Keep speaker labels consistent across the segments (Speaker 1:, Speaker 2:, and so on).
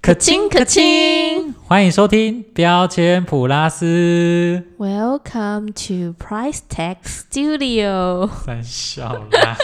Speaker 1: 可
Speaker 2: 亲可亲
Speaker 1: 欢迎收听标签普拉斯，
Speaker 2: ，Welcome to Price Tag Studio。
Speaker 1: 三笑啦。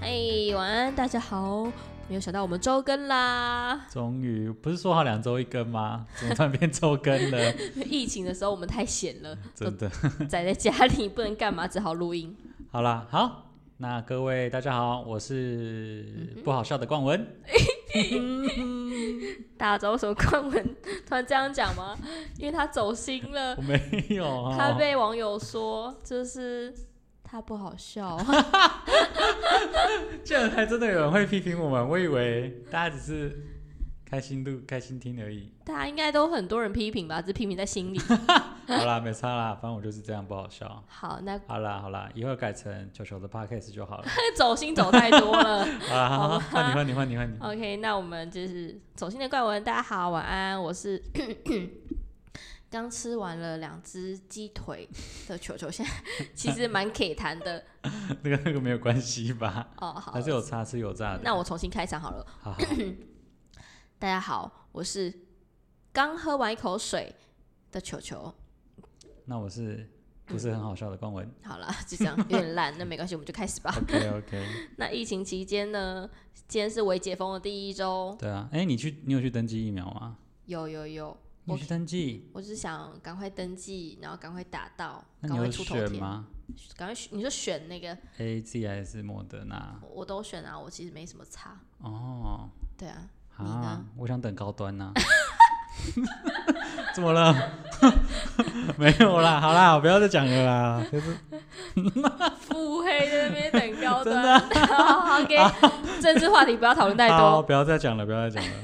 Speaker 2: 嘿，晚安，大家好。没有想到我们周更啦！
Speaker 1: 终于不是说好两周一根吗？怎么突然变周更 了？
Speaker 2: 疫情的时候我们太闲了，
Speaker 1: 真的。
Speaker 2: 宅在家里不能干嘛，只好录音。
Speaker 1: 好啦，好，那各位大家好，我是不好笑的冠 文。
Speaker 2: 大家知道为什么冠文突然这样讲吗？因为他走心了
Speaker 1: 我，没有、哦，
Speaker 2: 他被网友说就是他不好笑。
Speaker 1: 竟然还真的有人会批评我们，我以为大家只是开心度开心听而已。
Speaker 2: 大家应该都很多人批评吧，只是批评在心里。
Speaker 1: 好啦，没差啦，反正我就是这样不好笑。
Speaker 2: 好，那
Speaker 1: 好啦好啦，以后改成球球的 podcast 就好了。
Speaker 2: 走心走太多了。
Speaker 1: 好啦，好啊好，换你换你换你换你。
Speaker 2: OK，那我们就是走心的怪文，大家好，晚安，我是 刚吃完了两只鸡腿的球球，现在 其实蛮 K 弹的
Speaker 1: 那个那个没有关系吧？
Speaker 2: 哦。好
Speaker 1: 还，是有差是有炸的。
Speaker 2: 那我重新开场好了。
Speaker 1: 好好
Speaker 2: 大家好，我是刚喝完一口水的球球。
Speaker 1: 那我是不是很好笑的 冠文
Speaker 2: 好了，就这样，有点烂，那没关系，我们就开 始吧。
Speaker 1: ？OK OK，
Speaker 2: 那疫情期间呢，今天是未解封的第一周，
Speaker 1: 对啊，哎、你去你有去登记疫苗吗？
Speaker 2: 有有有，
Speaker 1: 你有去登记？
Speaker 2: 我只是想赶快登记，然后赶快打到，
Speaker 1: 那
Speaker 2: 赶
Speaker 1: 你
Speaker 2: 快
Speaker 1: 有
Speaker 2: 出头
Speaker 1: 选
Speaker 2: 天。
Speaker 1: 吗
Speaker 2: 赶快选，你就选那个，
Speaker 1: ？A Z 还是莫德纳？
Speaker 2: 我我都选啊，我其实没什么差。
Speaker 1: 哦，
Speaker 2: 对啊，你
Speaker 1: 啊
Speaker 2: 呢，
Speaker 1: 我想等高端呐、 怎么了？ 没有啦，好啦，不要再讲了啦。就是
Speaker 2: 腹黑在那边等高
Speaker 1: 真
Speaker 2: 端， 好好给政治话题不要讨论太
Speaker 1: 好，
Speaker 2: 多。
Speaker 1: 不要再讲了，不要再讲了。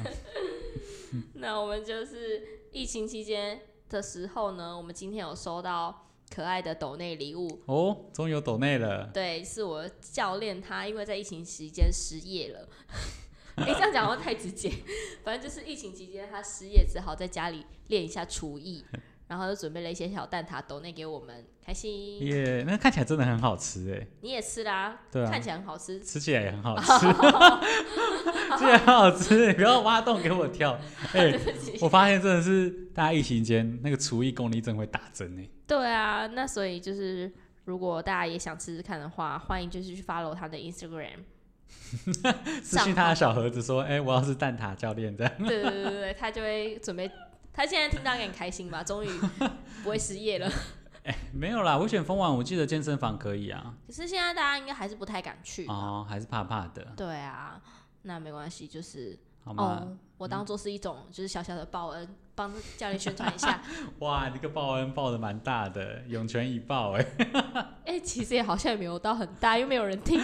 Speaker 2: 那我们就是疫情期间的时候呢，我们今天有收到可爱的抖内礼物，
Speaker 1: 哦，终于有抖内了，
Speaker 2: 对，是我教练他因为在疫情期间失业了。 哎、这样讲好像太直接。 反正就是疫情期间，他失业，只好在家里练一下厨 艺，然后就准备了一些小蛋挞，抖内给我们，开心。
Speaker 1: 耶、那看起来真的很好吃哎、
Speaker 2: 你也吃啦，
Speaker 1: 对啊
Speaker 2: 看起来很好吃。
Speaker 1: 吃起来也很好吃，吃起来很好 吃，你不要挖洞给我跳。哎、
Speaker 2: 对不起
Speaker 1: 我发现真的是大家疫情间那个厨艺功力真会打针哎、
Speaker 2: 对啊，那所以就是，如果大家也想吃吃看的话，欢迎就是去 follow 他的 Instagram。
Speaker 1: 私信他的小盒子说，哎、我要是蛋挞教练这样。
Speaker 2: 对对对对对，他就会准备。他现在听到应该很开心吧？ 终于不会失业了。
Speaker 1: 没有啦，我选风网，我记得健身房可以啊。
Speaker 2: 可是现在大家应该还是不太敢去。
Speaker 1: 哦，还是怕怕的，
Speaker 2: 对啊，那没关系，就是
Speaker 1: 好嗯吗？
Speaker 2: 哦，我当做是一种就是小小的报恩，帮教练宣传一下。
Speaker 1: 哇，你这个报恩报的蛮大的，涌泉以报哎、
Speaker 2: 哎、其实也好像也没有到很大，又没有人 听。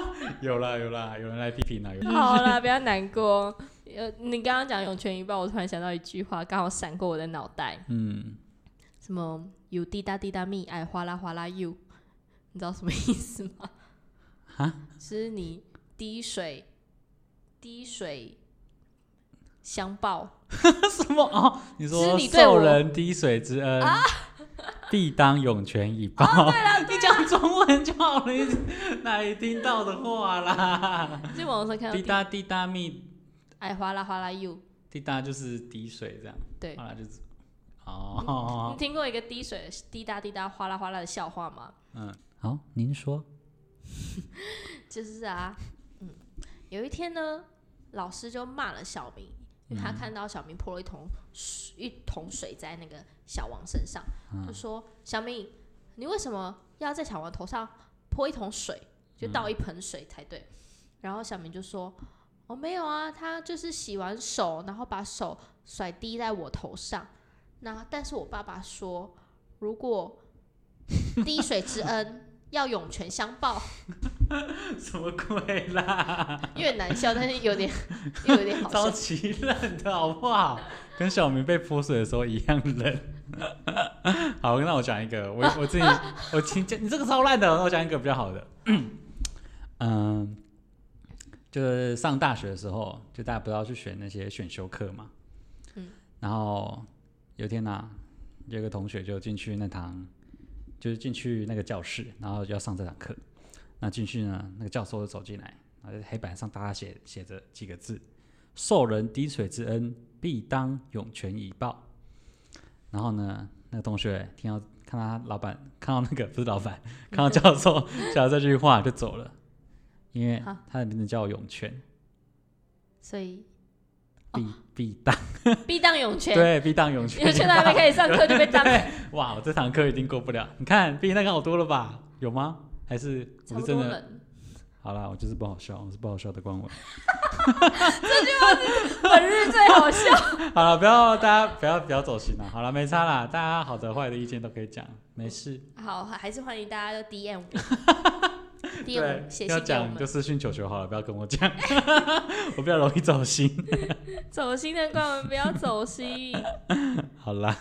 Speaker 1: 有啦有啦，有人来批评啊 啦，有
Speaker 2: 好啦，不要难过。呃，你刚刚讲涌泉一报，我突然想到一句话，刚好闪过我的脑袋，
Speaker 1: 嗯，
Speaker 2: 什么“有滴答滴答蜜，爱哗啦哗啦 you”，你知道什么意思吗？
Speaker 1: 哈，
Speaker 2: 是你滴水滴水相报，
Speaker 1: 什么哦？你说
Speaker 2: 是你对我啊
Speaker 1: 受人滴水之恩， 必当涌泉以 报。你讲中文就好了，你哪里听到的话啦？
Speaker 2: 在网上看
Speaker 1: 滴
Speaker 2: 到
Speaker 1: 答滴答蜜，
Speaker 2: “爱哗啦哗啦 you”，
Speaker 1: 滴答就是滴水这样，
Speaker 2: 对。
Speaker 1: 好啦就是哦
Speaker 2: 你，听过一个滴水滴答滴答哗啦哗啦的笑话吗？
Speaker 1: 嗯，好，您说，
Speaker 2: 就是啊，嗯，有一天呢，老师就骂了小明，因为他看到小明泼了一桶水一桶水在那个小王身上，就说：“小明，你为什么要在小王头上泼一桶水？就倒一盆水才对。然后小明就说：“哦，没有啊，他就是洗完手，然后把手甩滴在我头上。那但是我爸爸说，如果滴水之恩要涌泉相报。”
Speaker 1: 什么鬼啦？
Speaker 2: 越难笑，但是有点 又有点好
Speaker 1: 超
Speaker 2: 笑。
Speaker 1: 级冷的好不好？跟小明被泼水的时候一样冷。 好，那我讲一个，我我自己我听见你这个超烂的，那我讲一个比较好的。 嗯，就是上大学的时候，就大家不是要去选那些选修课嘛。
Speaker 2: 嗯
Speaker 1: 然后有一天呐、有一个同学就进去那堂，就是进去那个教室，然后就要上这堂课。那进去呢，那个教授就走进来，然后在黑板上大大写写着几个字：“受人滴水之恩，必当涌泉以报。”然后呢，那个同学听到看到他老板看到那个不是老板， 看到教授讲到这句话就走了，因为
Speaker 2: 好
Speaker 1: 他的名字叫涌泉，
Speaker 2: 所以
Speaker 1: 必必当
Speaker 2: 必当涌泉，
Speaker 1: 对必当涌
Speaker 2: 哦因
Speaker 1: 泉
Speaker 2: 为
Speaker 1: 以
Speaker 2: 泉还没
Speaker 1: 报。
Speaker 2: 开始上课就被 当，
Speaker 1: 对，哇，我这堂课一定过不了。你看，比那个好多了吧？有吗？还是我
Speaker 2: 超
Speaker 1: 是真
Speaker 2: 多
Speaker 1: 的？
Speaker 2: 人，
Speaker 1: 好啦，我就是不好笑，我是不好笑的光文。
Speaker 2: 本日最好笑。
Speaker 1: 好了，不要大家不要不要走心了。好了，没差啦，大家好的坏的意见都可以讲，没事。
Speaker 2: 好，还是欢迎大家都 DM 我，DM
Speaker 1: 对
Speaker 2: 我，写信
Speaker 1: 要
Speaker 2: 给我
Speaker 1: 讲
Speaker 2: 们
Speaker 1: 就。私信球球好了，不要跟我讲， 我比较容易走心。
Speaker 2: 走心的怪们不要走心。
Speaker 1: 好啦，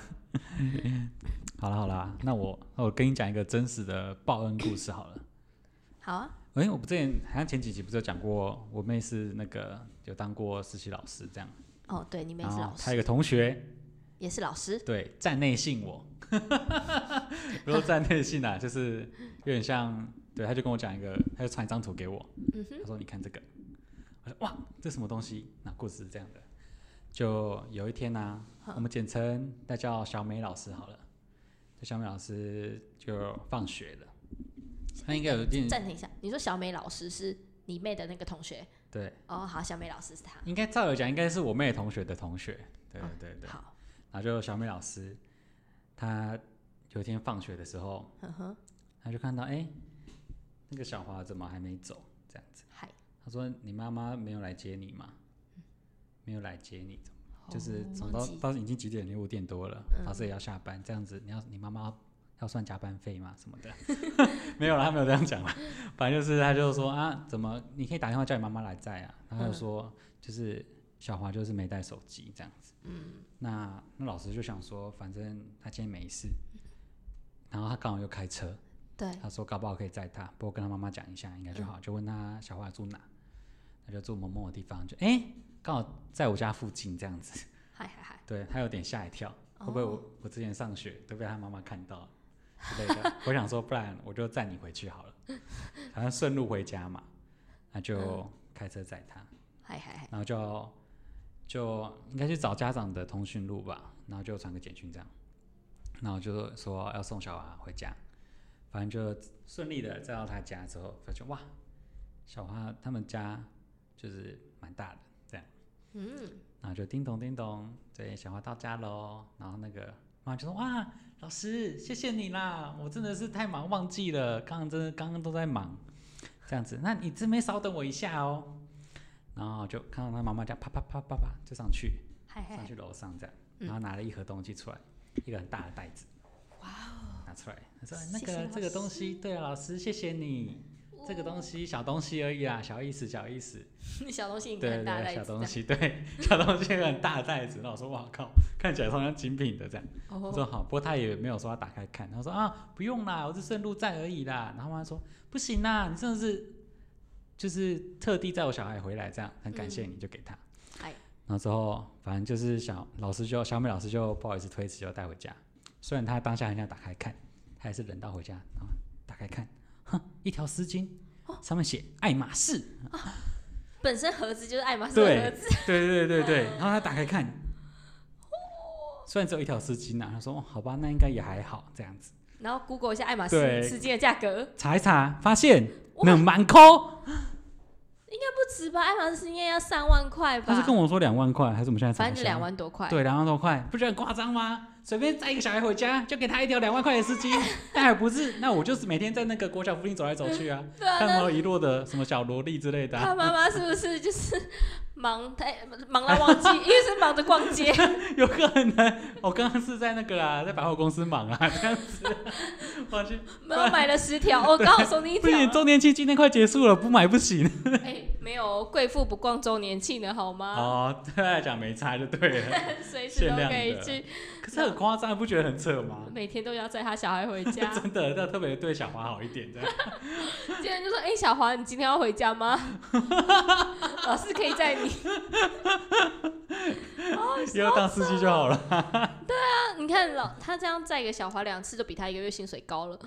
Speaker 1: 好啦好啦，那我那我跟你讲一个真实的报恩故事好了。
Speaker 2: 好啊，
Speaker 1: 哎、我不之前好像前几集不是有讲过，我妹是那个有当过实习老师这样，
Speaker 2: 哦，对你们
Speaker 1: 然
Speaker 2: 也是
Speaker 1: 后
Speaker 2: 老
Speaker 1: 她
Speaker 2: 师，
Speaker 1: 有个同学
Speaker 2: 也是老师，
Speaker 1: 对，站内信我， 不是站内信啊，就是有点像，对，他就跟我讲一个，他就传一张图给我，
Speaker 2: 嗯哼，
Speaker 1: 他说你看这个，我说哇，这什么东西？那故事是这样的，就有一天呢、
Speaker 2: 好
Speaker 1: 我们简称他叫小美老师好了，这小美老师就放学了，她应该有点
Speaker 2: 暂停一下。你说小美老师是你妹的那个同学？
Speaker 1: 对，
Speaker 2: 哦，好，小美老师是她。
Speaker 1: 应该照理讲应该是我妹同学的同学，对
Speaker 2: 哦
Speaker 1: 对对对，
Speaker 2: 好，
Speaker 1: 然后就小美老师，她有一天放学的时候。
Speaker 2: 呵呵，
Speaker 1: 他就看到哎、诶那个小华怎么还没走？这样子，
Speaker 2: 嗨，
Speaker 1: 他说你妈妈没有来接你吗？没有来接你，就是
Speaker 2: 哦
Speaker 1: 从
Speaker 2: 忘
Speaker 1: 到
Speaker 2: 记
Speaker 1: 到已经几点了？五点多了，
Speaker 2: 嗯
Speaker 1: 老师也要下班，这样子你要你妈妈要算加班费吗？什么的， 没有啦，他没有这样讲啦。反正就是他就说啊，怎么你可以打电话叫你妈妈来载啊？然后
Speaker 2: 嗯
Speaker 1: 他就说、就是小华就是没带手机这样子。嗯，那那老师就想说，反正他今天没事，
Speaker 2: 嗯
Speaker 1: 然后他刚好又开车，
Speaker 2: 对，
Speaker 1: 他说搞不好可以载他，不过跟他妈妈讲一下应该就好，就问他小花住哪，他就住某某的地方，就哎、刚好在我家附近这样子，
Speaker 2: 嗨嗨嗨，
Speaker 1: 对他有点吓一跳，
Speaker 2: 哦
Speaker 1: 会不会我、我之前上学都被他妈妈看到之类的？我想说，不然我就载你回去好了， 好像顺路回家嘛，那就开车载他，
Speaker 2: 嗨嗨嗨，
Speaker 1: 然后就就应该去找家长的通讯录吧，然后就传个简讯这样，然后就说要送小华回家，反正就顺利的载到他家之后，发现哇，小华他们家就是蛮大的这样，
Speaker 2: 嗯，
Speaker 1: 然后就叮咚叮咚，对，小华到家喽，然后那个妈就说哇，老师谢谢你啦，我真的是太忙忘记了，刚刚真的刚刚都在忙，这样子，那你这边稍等我一下哦。然后就看到他妈妈这样啪啪啪啪啪就上去，
Speaker 2: 嗨嗨
Speaker 1: 上
Speaker 2: 嗨，
Speaker 1: 去楼上这样，
Speaker 2: 嗯
Speaker 1: 然后拿了一盒东西出来，一个很大的袋子，哇哦，拿出来，他说哎那
Speaker 2: 谢谢
Speaker 1: 个
Speaker 2: 老
Speaker 1: 这个东西，对啊，老师谢谢你，这个东西小东西而已啦，小意思小意思，
Speaker 2: 西 小东西，你
Speaker 1: 对
Speaker 2: 很
Speaker 1: 对
Speaker 2: 大
Speaker 1: 对，
Speaker 2: 袋
Speaker 1: 小
Speaker 2: 子这
Speaker 1: 东
Speaker 2: 样，
Speaker 1: 西，对， 小东西一个很大的袋子，然后我说哇靠，看起来好像精品的这样，我
Speaker 2: 哦，
Speaker 1: 说好，不过他也没有说要打开看，他说啊不用啦，我是顺路站而已啦，然后他说不行啦，你真的是就是特地载我小孩回来这样，很感
Speaker 2: 嗯
Speaker 1: 谢你就给他。
Speaker 2: 嗨，
Speaker 1: 然后之后，反正就是小老师就小美老师就不好意思推辞，就带回家。虽然她当下很想打开看，她也是忍到回家，然后打开看，哼，一条丝巾，上面写爱马仕，
Speaker 2: 本身盒啊子就是爱马仕的盒
Speaker 1: 对
Speaker 2: 子，，
Speaker 1: 对对 对对。然后她打开看，虽然只有一条丝巾啊，她说、哦、好吧，那应该也还好这样子。
Speaker 2: 然后 Google 一下爱马仕
Speaker 1: 对
Speaker 2: 丝巾的价格，
Speaker 1: 查一查，发现
Speaker 2: 哇
Speaker 1: 冷蛮抠，
Speaker 2: 不止吧？爱马仕应该要上万块吧？
Speaker 1: 她是跟我说两万块，还是我们现在查
Speaker 2: 反
Speaker 1: 一
Speaker 2: 正就
Speaker 1: 下
Speaker 2: 两万多块。
Speaker 1: 对，两万多块，不觉得很夸张吗？随便载一个小孩回家，就给他一条两万块的丝 巾，那还不是？那我就是每天在那个国小附近走来走 去啊，
Speaker 2: 对啊，
Speaker 1: 看
Speaker 2: 那
Speaker 1: 到一路的什么小萝莉之类的、
Speaker 2: 他
Speaker 1: 啊，
Speaker 2: 妈妈是不是 就是忙太忙到忘记， 因为是忙着逛街，
Speaker 1: 有可能我刚刚是在那个啊，在百货公司忙啊， 这样子，我 去，
Speaker 2: 没有买了十条，我刚好送你一
Speaker 1: 不
Speaker 2: 条
Speaker 1: 行，
Speaker 2: 啊。
Speaker 1: 周年庆今天快结束了，不买不行。
Speaker 2: 哎，没有，贵妇不逛周年庆的好吗？
Speaker 1: 哦，对他来讲没差就对了，
Speaker 2: 随时都
Speaker 1: 限量
Speaker 2: 可以
Speaker 1: 的
Speaker 2: 去。
Speaker 1: 可是很很夸张，不觉得很扯吗？
Speaker 2: 每天都要载他小孩回 家。
Speaker 1: 真的，要特别对小华好一点，这样。
Speaker 2: 今天就说：“哎、小华，你今天要回家 吗？” 老师可以载你。
Speaker 1: 以后当司机就好
Speaker 2: 哦
Speaker 1: 了。
Speaker 2: 那 你看老他这样载给小华两次，就比他一个月薪水高 了。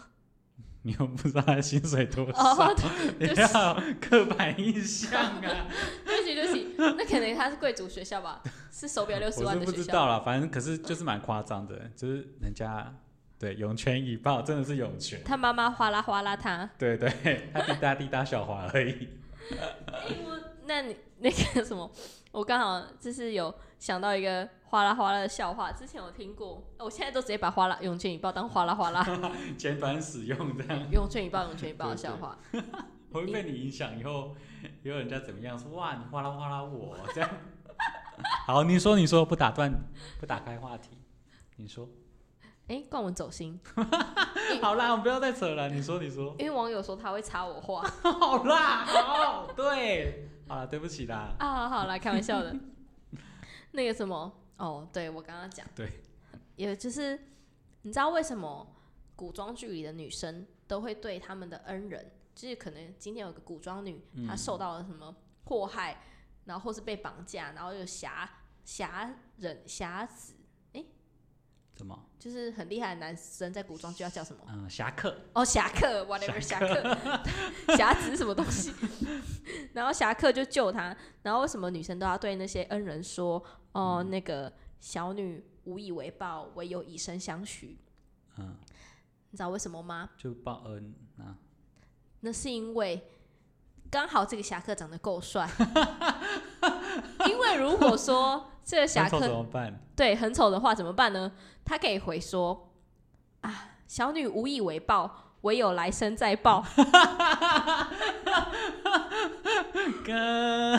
Speaker 1: 你又不知道他薪水多少，
Speaker 2: 哦，
Speaker 1: 你不 要有刻板印象啊！
Speaker 2: 对不起，对不起，那可能他是贵族学校吧，是手表六十
Speaker 1: 我
Speaker 2: 万
Speaker 1: 是
Speaker 2: 的
Speaker 1: 不
Speaker 2: 学
Speaker 1: 知
Speaker 2: 校。
Speaker 1: 道啦，反正可是就是蛮夸张的，就是人家对涌泉以报，真的是涌泉。
Speaker 2: 他妈妈哗啦哗啦他。
Speaker 1: 对对，他滴答滴答小华而已。
Speaker 2: 哎那你那个什么，我刚好就是有想到一个哗啦哗啦的笑话，之前有听过，哦我现在都直接把哗啦涌泉以报当哗啦哗啦
Speaker 1: 简短使用这样，
Speaker 2: 涌泉以报涌泉以报的笑话。
Speaker 1: 会被你影响以后，以后人家怎么样说哇，你哗啦哗啦我这样。 好，你说你说，不打断，不打开话题，你说。
Speaker 2: 哎、冠文走心，
Speaker 1: 好啦，我们不要再扯了，你说你说。
Speaker 2: 因为网友说他会插我话
Speaker 1: 好啦，好，对，好啦，对不起啦，
Speaker 2: 啊，好啦，开玩笑的。 那个什么，哦，对我刚刚讲，
Speaker 1: 对，
Speaker 2: 也就是你知道为什么古装剧里的女生都会对他们的恩人，就是可能今天有个古装女，
Speaker 1: 嗯
Speaker 2: 她受到了什么迫害，然后或是被绑架，然后又侠侠人侠子，
Speaker 1: 怎么？
Speaker 2: 就是很厉害的男生，在古装剧要叫什么？
Speaker 1: 嗯，侠客，
Speaker 2: 哦，侠客，whatever，侠客， 侠子是什么东西？然后侠客就救他。然后为什么女生都要对那些恩人说，哦、那个小女无以为报，唯有以身相许？
Speaker 1: 嗯，
Speaker 2: 你知道为什么吗？
Speaker 1: 就报恩啊。
Speaker 2: 那是因为刚好这个侠客长得够 帅。因为如果说这个侠
Speaker 1: 小丑怎
Speaker 2: 客
Speaker 1: 么办？
Speaker 2: 对很丑的话怎么办呢？他可以回说啊，小女无以为报，唯有来生再报。
Speaker 1: 跟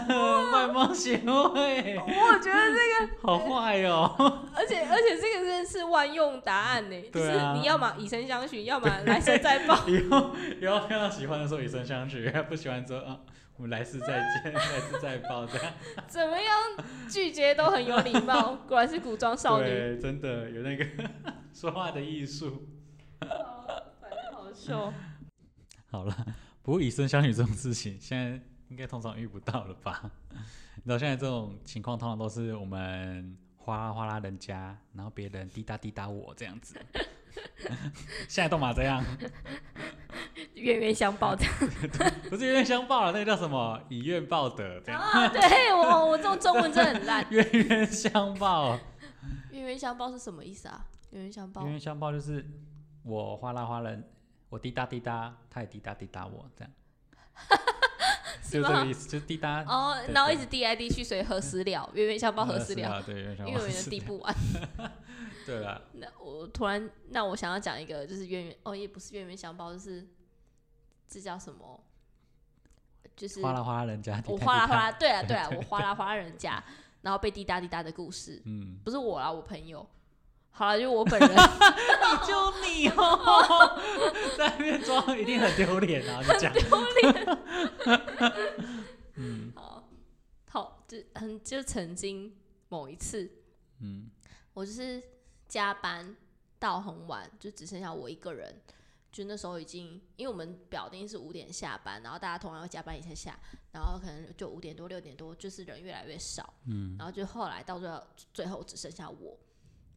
Speaker 1: 外貌协会，
Speaker 2: 我觉得这
Speaker 1: 好坏哦。
Speaker 2: 而 且而且这个真的是万用答案呢，就
Speaker 1: 对
Speaker 2: 是
Speaker 1: 啊
Speaker 2: 你要么以身相许，要么来生再 报。
Speaker 1: 以后以后看到喜欢的时候以身相许，不喜欢说啊，我们来世再见，来世再报这样。
Speaker 2: 怎么样拒绝都很有礼 貌，果然是古装 少女，
Speaker 1: 对，真的有那个 说话的艺术。
Speaker 2: 哦好秀。
Speaker 1: 好了，不过以身相许这种事情，现在应该通常遇不到了吧？你知道现在这种情况，通常都是我们哗啦哗啦人家，然后别人滴答滴答我这 样子。现在都嘛这样，
Speaker 2: 冤冤相报这 样
Speaker 1: 不是冤冤相报了，啊那个叫什么以怨报德这样，
Speaker 2: 啊！对我我这种中文真的很烂。
Speaker 1: 冤冤相报。
Speaker 2: 冤冤相报是什么意思啊？冤冤 相报
Speaker 1: 冤冤相报就是我哗啦哗啦，我滴答滴答，他也滴答滴答我，这样，
Speaker 2: 是
Speaker 1: 就这个
Speaker 2: 吗？
Speaker 1: 意思，就滴答。
Speaker 2: 哦，
Speaker 1: 对
Speaker 2: 然后
Speaker 1: 对
Speaker 2: 一直滴来滴去，所以何时了？冤冤相报何时了？
Speaker 1: 呃啊了，对，冤冤
Speaker 2: 因
Speaker 1: 相
Speaker 2: 为我
Speaker 1: 报嗯何
Speaker 2: 们的
Speaker 1: 时
Speaker 2: 地
Speaker 1: 了。
Speaker 2: 不完。
Speaker 1: 对啊了，
Speaker 2: 那我突然，那我想要讲一个，就是冤冤哦，也不是冤冤相报，就是这叫什么？就是
Speaker 1: 哗啦哗啦人家，滴
Speaker 2: 我
Speaker 1: 答
Speaker 2: 哗啦
Speaker 1: 滴答
Speaker 2: 哗啦，， 对啊对啊，我哗啦哗啦人家，然后被滴答滴答的故事，
Speaker 1: 嗯，
Speaker 2: 不是我啦，我朋友。好了，就我本人，
Speaker 1: 你就你哦， 在那边装一定很丢脸啊！你 讲，
Speaker 2: 好，好，就很就曾经某一次，
Speaker 1: 嗯
Speaker 2: 我就是加班到很晚，就只剩下我一个人。就那时候已经，因为我们表定是五点下班，然后大家通常会加班一下下，然后可能就五点多六点多，就是人越来越少。
Speaker 1: 嗯
Speaker 2: 然后就后来到最后，最后只剩下我，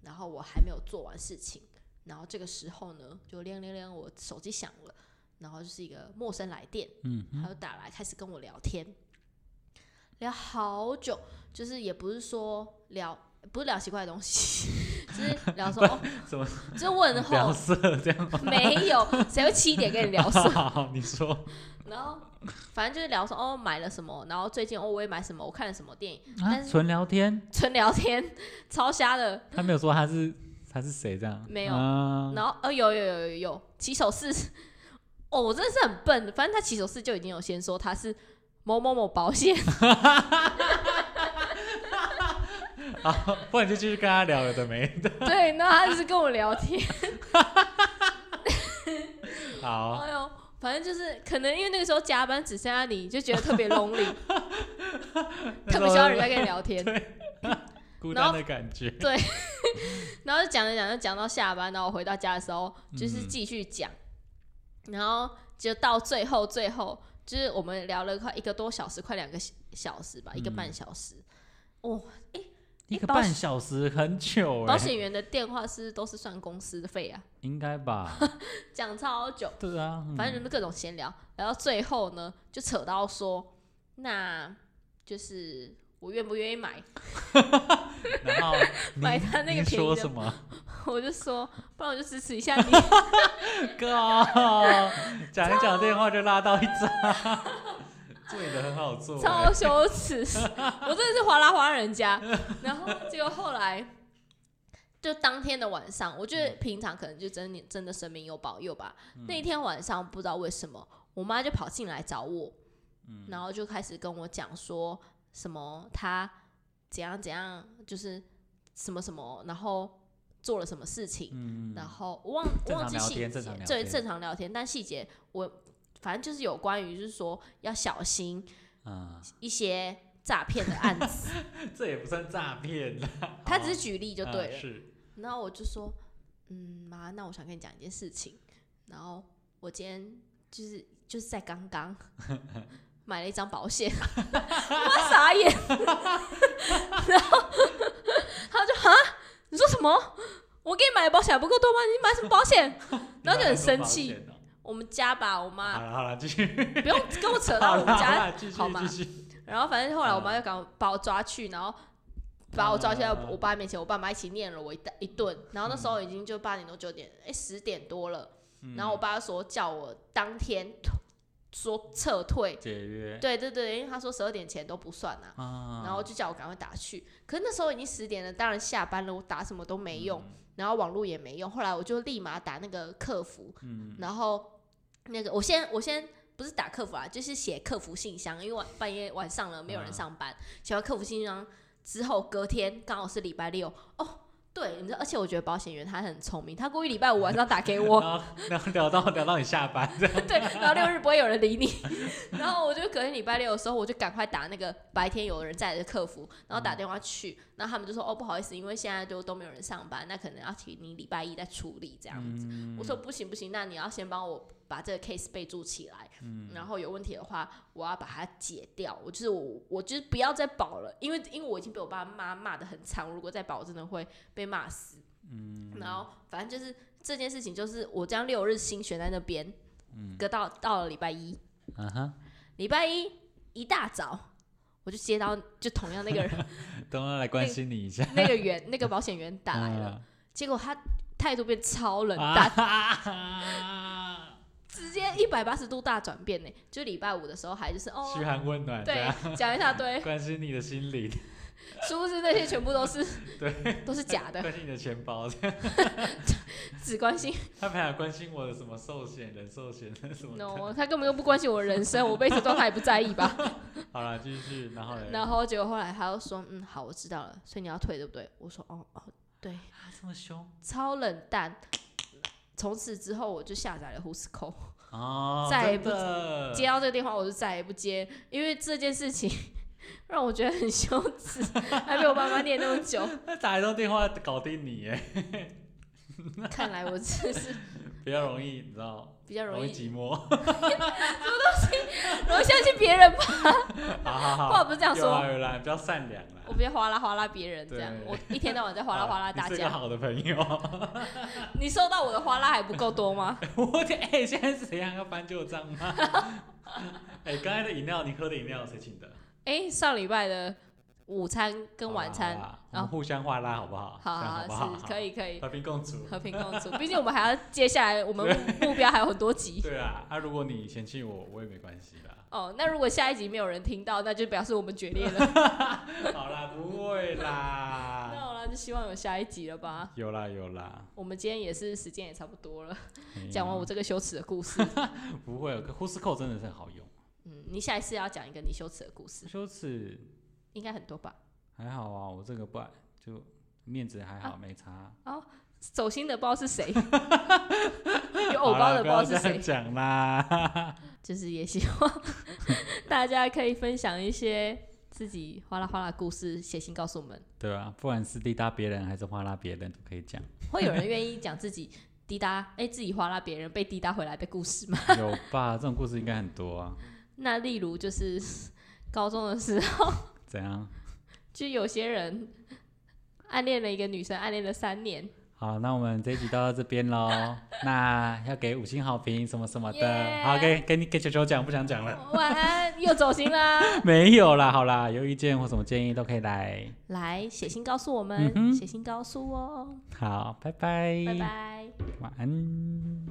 Speaker 2: 然后我还没有做完事情，然后这个时候呢，就亮亮亮，我手机响了，然后就是一个陌生来电，
Speaker 1: 嗯
Speaker 2: 他就打来开始跟我聊天，聊好久，就是也不是说聊，不是聊奇怪的东西，就是聊 说哦
Speaker 1: 什么，
Speaker 2: 就是问
Speaker 1: 聊
Speaker 2: 候，
Speaker 1: 色这样吗？
Speaker 2: 没有，谁会七点跟你聊什么？
Speaker 1: 好， 你说啊
Speaker 2: 然后反正就是聊说哦买了什么，然后最近哦我也买什么，我看了什么电影，
Speaker 1: 啊，
Speaker 2: 但是
Speaker 1: 纯聊天，
Speaker 2: 纯聊天，超瞎的。
Speaker 1: 他没有说他是他是谁这样，
Speaker 2: 没有
Speaker 1: 啊
Speaker 2: 然后呃有有有有有起手式，哦，我真的是很笨，反正他起手式就已经有先说他是某某某保险，
Speaker 1: 好， 不然就继续跟他聊有的没的，
Speaker 2: 对，那他就是跟我聊天，
Speaker 1: 好。
Speaker 2: 哎呦，反正就是可能因为那个时候加班只剩下你，就觉得特别 lonely，特别需要人家跟你聊天，
Speaker 1: 孤单的感觉。
Speaker 2: 对，然后就讲着讲着讲到下班，然后我回到家的时候就是
Speaker 1: 嗯
Speaker 2: 继续讲，然后就到最后最后就是我们聊了快一个多小时，快两个小小时吧，一个半小时。哦，
Speaker 1: 一个
Speaker 2: 保
Speaker 1: 半小时很久
Speaker 2: 保
Speaker 1: 哎、
Speaker 2: 险员的电话是不是都是算公司的费啊，
Speaker 1: 应 该吧？
Speaker 2: 讲超久。
Speaker 1: 对啊，嗯
Speaker 2: 反正就是各种闲聊，然后最后呢，就扯到说，那就是我愿不愿意买？
Speaker 1: 然后
Speaker 2: 买
Speaker 1: 您
Speaker 2: 他那个
Speaker 1: 您
Speaker 2: 便宜
Speaker 1: 说
Speaker 2: 的
Speaker 1: 什么？
Speaker 2: 我就说，不然我就支持一下你。
Speaker 1: 哥，讲一讲电话就拉到一张， 做你的很好做、
Speaker 2: 超
Speaker 1: 欸，
Speaker 2: 羞耻，我真的是哗啦哗啦人家。然后结果后来，就当天的晚上，我觉得平常可能就真的真的神明有保佑吧。那一天晚上不知道为什么，我妈就跑进来找我，然后就开始跟我讲说什么她怎样怎样，就是什么什么，然后做了什么事情。
Speaker 1: 嗯，
Speaker 2: 然后我忘我
Speaker 1: 正
Speaker 2: 忘
Speaker 1: 常
Speaker 2: 记
Speaker 1: 聊
Speaker 2: 细节
Speaker 1: 天正常聊，
Speaker 2: 对
Speaker 1: 天
Speaker 2: 正常聊天，但细节我反正就是有关于就是说要小心
Speaker 1: 啊，
Speaker 2: 一些诈骗的 案子，
Speaker 1: 这也不算诈骗啦，
Speaker 2: 他只是举例就
Speaker 1: 啊
Speaker 2: 对了。
Speaker 1: 是，
Speaker 2: 然后我就说，嗯妈，那我想跟你讲一件事情。然后我今天就是就是在刚 刚买了一张保险，我妈傻眼， 然后他就啊，你说什么？我给你买的保险还不够多吗？你买什么保险？ 然后就很生气。
Speaker 1: 你拿来做保险哦。
Speaker 2: 我们家吧，我
Speaker 1: 好
Speaker 2: 妈
Speaker 1: 了好了，继 续，
Speaker 2: 不用跟我扯到
Speaker 1: 好
Speaker 2: 我
Speaker 1: 了
Speaker 2: 们家
Speaker 1: 好了，继续
Speaker 2: 好吗
Speaker 1: 继续，
Speaker 2: 然后反正后来我妈就赶快把我抓去，然后把我抓去到
Speaker 1: 啊
Speaker 2: 我爸面前，我爸妈一起念了我一大一顿。然后那时候已经就八点多九点，哎十点多了。
Speaker 1: 嗯
Speaker 2: 然后我爸说叫我当天说撤退，
Speaker 1: 解约
Speaker 2: 对对对，因为他说十二点前都不算啊。
Speaker 1: 啊，
Speaker 2: 然后就叫我赶快打去，可是那时候已经十点了，当然下班了，我打什么都没
Speaker 1: 嗯
Speaker 2: 用，然后网络也没用。后来我就立马打那个客服，
Speaker 1: 嗯，
Speaker 2: 然后那个我先我先不是打客服啊，就是写客服信箱，因为晚半夜晚上了没有人上班，写完客服信箱之后，隔天刚好是礼拜六哦。对，你知道，而且我觉得保险员他很聪明，他故意礼拜五晚上打给 我，
Speaker 1: 然后然后聊到聊到你下班，这样
Speaker 2: 对，然后六日不会有人理你， 然后我就隔天礼拜六的时候，我就赶快打那个白天有人在的客服，然后打电话去，然后他们就说哦不好意思，因为现在就都没有人上班，那可能要请你礼拜一再处理这样子。
Speaker 1: 嗯
Speaker 2: 我说不行不行，那你要先帮我把这个 case 备注起来，然后有问题的话，我要把它解掉。我就是我，我就是不要再保了，因为因为我已经被我爸妈骂的很惨，我如果再保，我真的会被骂死。嗯，然后反正就是这件事情，就是我这样六日心悬在那边，嗯，隔到到了礼拜一，
Speaker 1: 啊哈，
Speaker 2: 礼拜一一大早。我就接到就同样那个 人
Speaker 1: 等我来关心你一下，
Speaker 2: 那个员那个保险员打来了，
Speaker 1: 啊
Speaker 2: 结果他态度变超冷淡，
Speaker 1: 啊，
Speaker 2: 直接一百八十度大转变呢。就礼拜五的时候还就是哦，
Speaker 1: 嘘寒问暖，这样
Speaker 2: 对，讲一大堆，
Speaker 1: 关心你的心灵，
Speaker 2: 殊不知那些全部都是
Speaker 1: 对，
Speaker 2: 都是假的，
Speaker 1: 关心你的钱包，这样
Speaker 2: 只关心
Speaker 1: 他们还关心我的什么寿险、人寿险什么的。
Speaker 2: no，他根哦本就不关心我的人生，我被车撞他也不在意 吧。
Speaker 1: 好了，继续，然后嘞，
Speaker 2: 然后结果后来他又说，嗯，好，我知道了，所以你要退对不对？我说哦哦，对，
Speaker 1: 啊这么凶
Speaker 2: 超冷淡。从此之后，我就下载了 Who's Call，
Speaker 1: 哦，
Speaker 2: 再也不
Speaker 1: 真的
Speaker 2: 接到这个电话我就再也不接，因为这件事情 让我觉得很羞耻，还被我爸妈念那么 久。
Speaker 1: 他打一通电话搞定你，哎，
Speaker 2: 看来我真是
Speaker 1: 比较容易，你知道，
Speaker 2: 比较容
Speaker 1: 容易
Speaker 2: 易
Speaker 1: 寂寞。
Speaker 2: 容易相信别人吧，
Speaker 1: 好好好，
Speaker 2: 话不是这样
Speaker 1: 有啦
Speaker 2: 说，
Speaker 1: 有啦，比较善良啦。
Speaker 2: 我不要哗啦哗啦别人这样，
Speaker 1: 对
Speaker 2: 我一天到晚在哗啦哗啦
Speaker 1: 好
Speaker 2: 大
Speaker 1: 你是个
Speaker 2: 家。
Speaker 1: 好的朋友。
Speaker 2: 你收到我的哗啦还不够多吗？
Speaker 1: 我的哎、现在是怎样要翻旧账吗？ 哎、刚才的饮料，你喝的饮料谁请的？
Speaker 2: 哎，上礼拜的午餐跟
Speaker 1: 好啦
Speaker 2: 晚
Speaker 1: 好
Speaker 2: 餐，哦
Speaker 1: 啦我们互相话拉好不好？啊
Speaker 2: 好
Speaker 1: 这样好不
Speaker 2: 好
Speaker 1: 好？
Speaker 2: 是可以可以
Speaker 1: 和平共处。
Speaker 2: 和平共处，毕竟我们还要接下来我们目目标还有很多集。
Speaker 1: 对啊，啊，如果你嫌弃我，我也没关系 啦。
Speaker 2: 哦，那如果下一集没有人听到，那就表示我们决裂 了。
Speaker 1: 好啦，不会
Speaker 2: 那
Speaker 1: 啦，
Speaker 2: 好了，就希望有下一集了吧。
Speaker 1: 有啦有啦。
Speaker 2: 我们今天也是时间也差不多了，
Speaker 1: 哎呀
Speaker 2: 讲完我这个羞耻的故事。
Speaker 1: 嗯不会，可呼斯扣真的是很好用。
Speaker 2: 嗯，你下一次要讲一个你羞耻的故事，
Speaker 1: 羞耻
Speaker 2: 应该很多吧？
Speaker 1: 还好啊，我这个不爱就面子还
Speaker 2: 啊
Speaker 1: 好，没差。
Speaker 2: 走心的不知道是 谁，有
Speaker 1: 好
Speaker 2: 偶包
Speaker 1: 啦
Speaker 2: 的不
Speaker 1: 不
Speaker 2: 知道
Speaker 1: 要
Speaker 2: 是
Speaker 1: 这
Speaker 2: 谁
Speaker 1: 样。讲啦。
Speaker 2: 就是也希望大家可以分享一些自己哗啦哗啦故事写信告诉我们，
Speaker 1: 对啊，不管是滴答别人还是哗啦别人都可以讲，
Speaker 2: 会有人愿意讲自己滴答，哎、自己哗啦别人被滴答回来的故事吗？
Speaker 1: 有吧？这种故事应该很多啊。
Speaker 2: 那例如就是高中的时候，
Speaker 1: 怎样？
Speaker 2: 就有些人暗恋了一个女生，暗恋了三年，
Speaker 1: 好，那我们这一集就到这边喽。 那要给五星好评什么什么的。
Speaker 2: 耶
Speaker 1: 好，给给你给球球讲，不想讲了。
Speaker 2: 晚安，又走心啦。
Speaker 1: 没有啦，好啦，有意见或什么建议都可以来。
Speaker 2: 来写信告诉我
Speaker 1: 嗯哼
Speaker 2: 们，写、信告诉我，
Speaker 1: 好，拜
Speaker 2: 拜拜。
Speaker 1: 晚安。